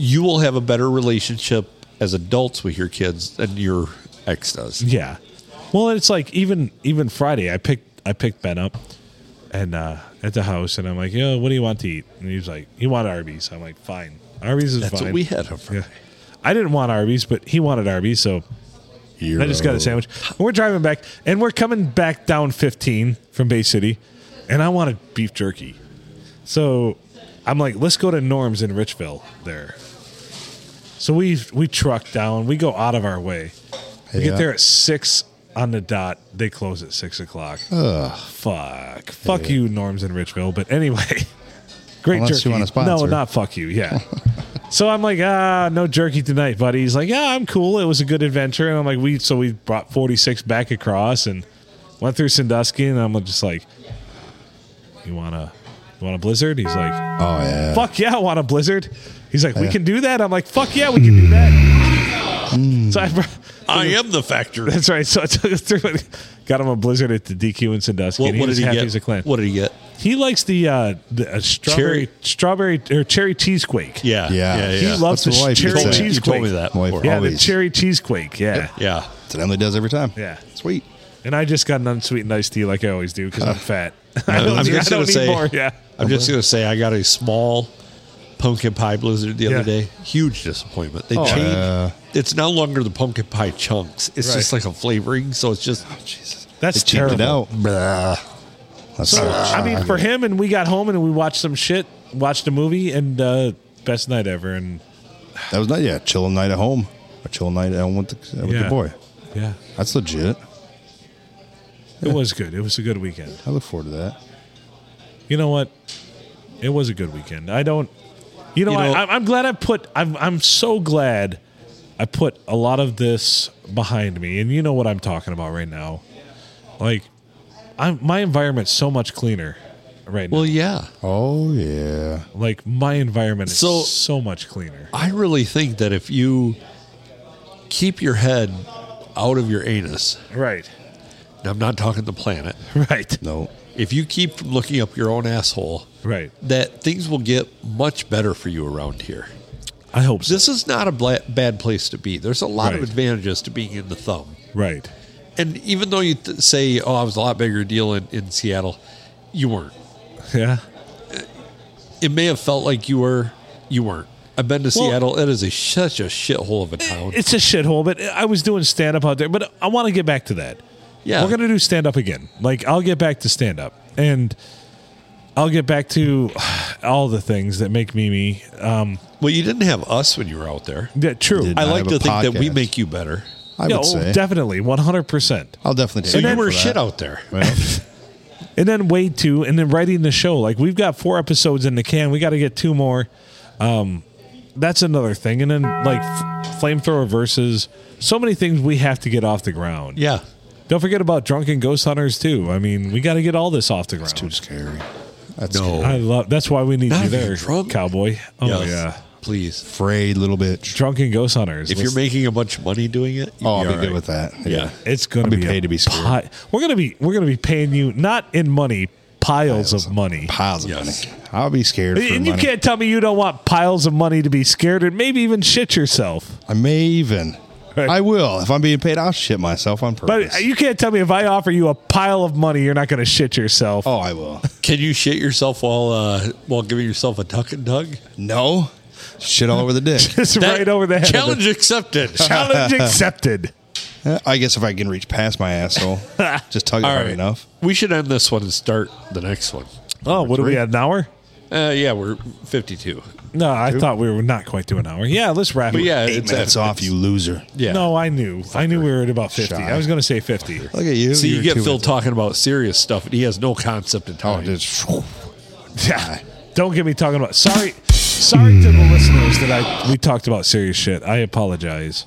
You will have a better relationship as adults with your kids than your ex does. Yeah. Well, it's like even even Friday, I picked I picked Ben up and uh at the house, and I'm like, yo, what do you want to eat? And he's like, you want Arby's? I'm like, fine. Arby's is That's fine. what we had. Over. Yeah. I didn't want Arby's, but he wanted Arby's, so I just got a sandwich. And we're driving back, and we're coming back down 15 from Bay City, and I wanted beef jerky. So I'm like, let's go to Norm's in Richville there. So we we truck down. We go out of our way. We get Yeah. there at six on the dot. They close at six o'clock. Fuck. Fuck you, Norm's in Richville. But anyway, great Unless jerky. you want a No, sponsor. not fuck you. Yeah. so I'm like, ah, no jerky tonight, buddy. He's like, yeah, I'm cool. It was a good adventure. And I'm like, we so we brought 46 back across and went through Sandusky, and I'm just like, you wanna you want a blizzard? He's like, Oh, yeah. fuck yeah, I want a blizzard. He's like, we can do that. I'm like, fuck yeah, we can do that. Mm. So I, brought- I am the factory. that's right. So I took us through it. Got him a blizzard at the DQ in Sandusky. What, and he what was did he happy get? as a clam. What did he get? He likes the uh, the uh, strawberry strawberry or cherry cheesequake. Yeah, Yeah. yeah. He He loves the That's what I cherry You told, pizza. me, cheesequake. you told me that. Wife. before. Yeah, the Always. cherry cheesecake. Yeah. yeah. It's an Emily does every time. Yeah. Sweet. And I just got an unsweetened iced tea like I always do because I'm fat. I don't, I'm need- I just don't gonna need say, more. Yeah. I'm just gonna say, I got a small pumpkin pie blizzard the other Yeah. day. Huge disappointment. They Oh, changed. yeah. It's no longer the pumpkin pie chunks. It's just like a flavoring. So it's just Jesus. That's They cheaped it terrible. out. Blah. That's So, such- I mean, for him, and we got home and we watched some shit, watched a movie, and uh, best night ever. And that was not yeah, chilling night at home. A chill night at Elm with, the, with Yeah. your boy. Yeah. That's legit. It was good. It was a good weekend. I look forward to that. You know what? It was a good weekend. I don't. You know, You know- I, I'm- I'm glad I put. I'm I'm so glad I put a lot of this behind me, and you know what I'm talking about right now. Like, I'm my environment's so much cleaner right Well, yeah. Oh yeah. now. Like my environment is so, So- much cleaner. I really think that if you keep your head out of your anus, Right. and I'm not talking the planet, Right. No. if you keep from looking up your own asshole, Right. that things will get much better for you around here. I hope so. This is not a bla- bad place to be. There's a lot of Right. advantages to being in the thumb. Right. And even though you th- say, oh, I was a lot bigger deal in, in Seattle, you weren't. Yeah. It may have felt like you were, you weren't. I've been to Well- Seattle. It is a, such a shithole of a town. It's a shithole, but I was doing stand up out there. But I want to get back to that. yeah. We're gonna do stand up again. Like I'll get back to stand up, and I'll get back to all the things that make me me. Um, well, you didn't have us when you were out there. yeah, true. Did I not like have to a think that we podcast. make you better. I Yeah, would oh, say. definitely one hundred percent. I'll definitely. So take you credit were for shit that. out there. Well, And then way two, and then writing the show. Like we've got four episodes in the can. We got to get two more. Um, that's another thing. And then like f- flamethrower versus so many things we have to get off the ground. Yeah. Don't forget about drunken ghost hunters too. I mean, we got to get all this off the ground. too scary. That's No. I love. That's why we need Not you if you're there, drunk. cowboy. Oh Yes. yeah, Please. afraid little bitch. drunken ghost hunters. If you're Let's- making a bunch of money doing it, you'd Oh, I'll be all good right. with that. Yeah. it's gonna I'll be be, a paid to be scared. pi- We're gonna be we're gonna be paying you not in money, piles, of money. Piles of Yes. money. I'll be scared. for and you money. can't tell me you don't want piles of money to be scared and maybe even shit yourself. I may even. Right. I will. If I'm being paid, I'll shit myself on purpose. But you can't tell me if I offer you a pile of money, you're not gonna shit yourself. oh, I will. Can you shit yourself while uh, while giving yourself a tuck and tug? no. Shit all over the dick. It's That- right over the head. Challenge accepted. Challenge accepted. Uh, I guess if I can reach past my asshole, just tug it All hard right. enough. We should end this one and start the next one. Oh, what do we at an hour? Uh, yeah, we're 52. No, I thought we were not quite to an hour. Yeah, let's wrap But it. yeah, Eight minutes off, you loser. Yeah. No, I knew. I knew we were at about 50. Shy. I was going to say 50. Look at you. See, you You're get two Phil minutes- talking about serious stuff, and he has no concept of Oh, time. just Yeah. Don't get me talking about. Sorry. Sorry to the listeners that I we talked about serious shit. I apologize.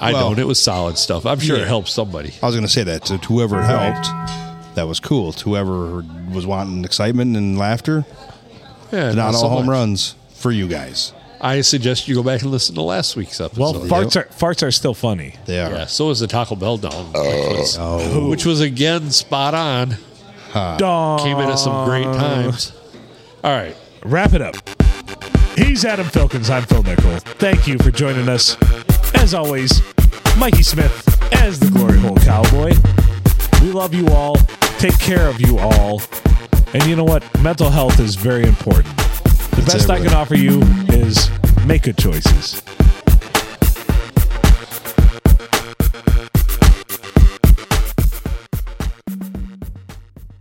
I well- don't. It was solid stuff. I'm sure it Yeah. helped somebody. I was going to say that to whoever it helped. That was cool. To whoever was wanting excitement and laughter, Yeah, not so all home much. runs for you guys. I suggest you go back and listen to last week's episode. Well, So- farts are farts are still funny. They are. yeah, so is the Taco Bell down, which, was, which was again spot on. Dong. Came into some great times. All right. Wrap it up. He's Adam Filkins. I'm Phil Nickel. Thank you for joining us. As always, Mikey Smith as the Glory Hole Cowboy. We love you all. Take care of you all. And you know what? Mental health is very important. The best I everything. can offer you is make good choices.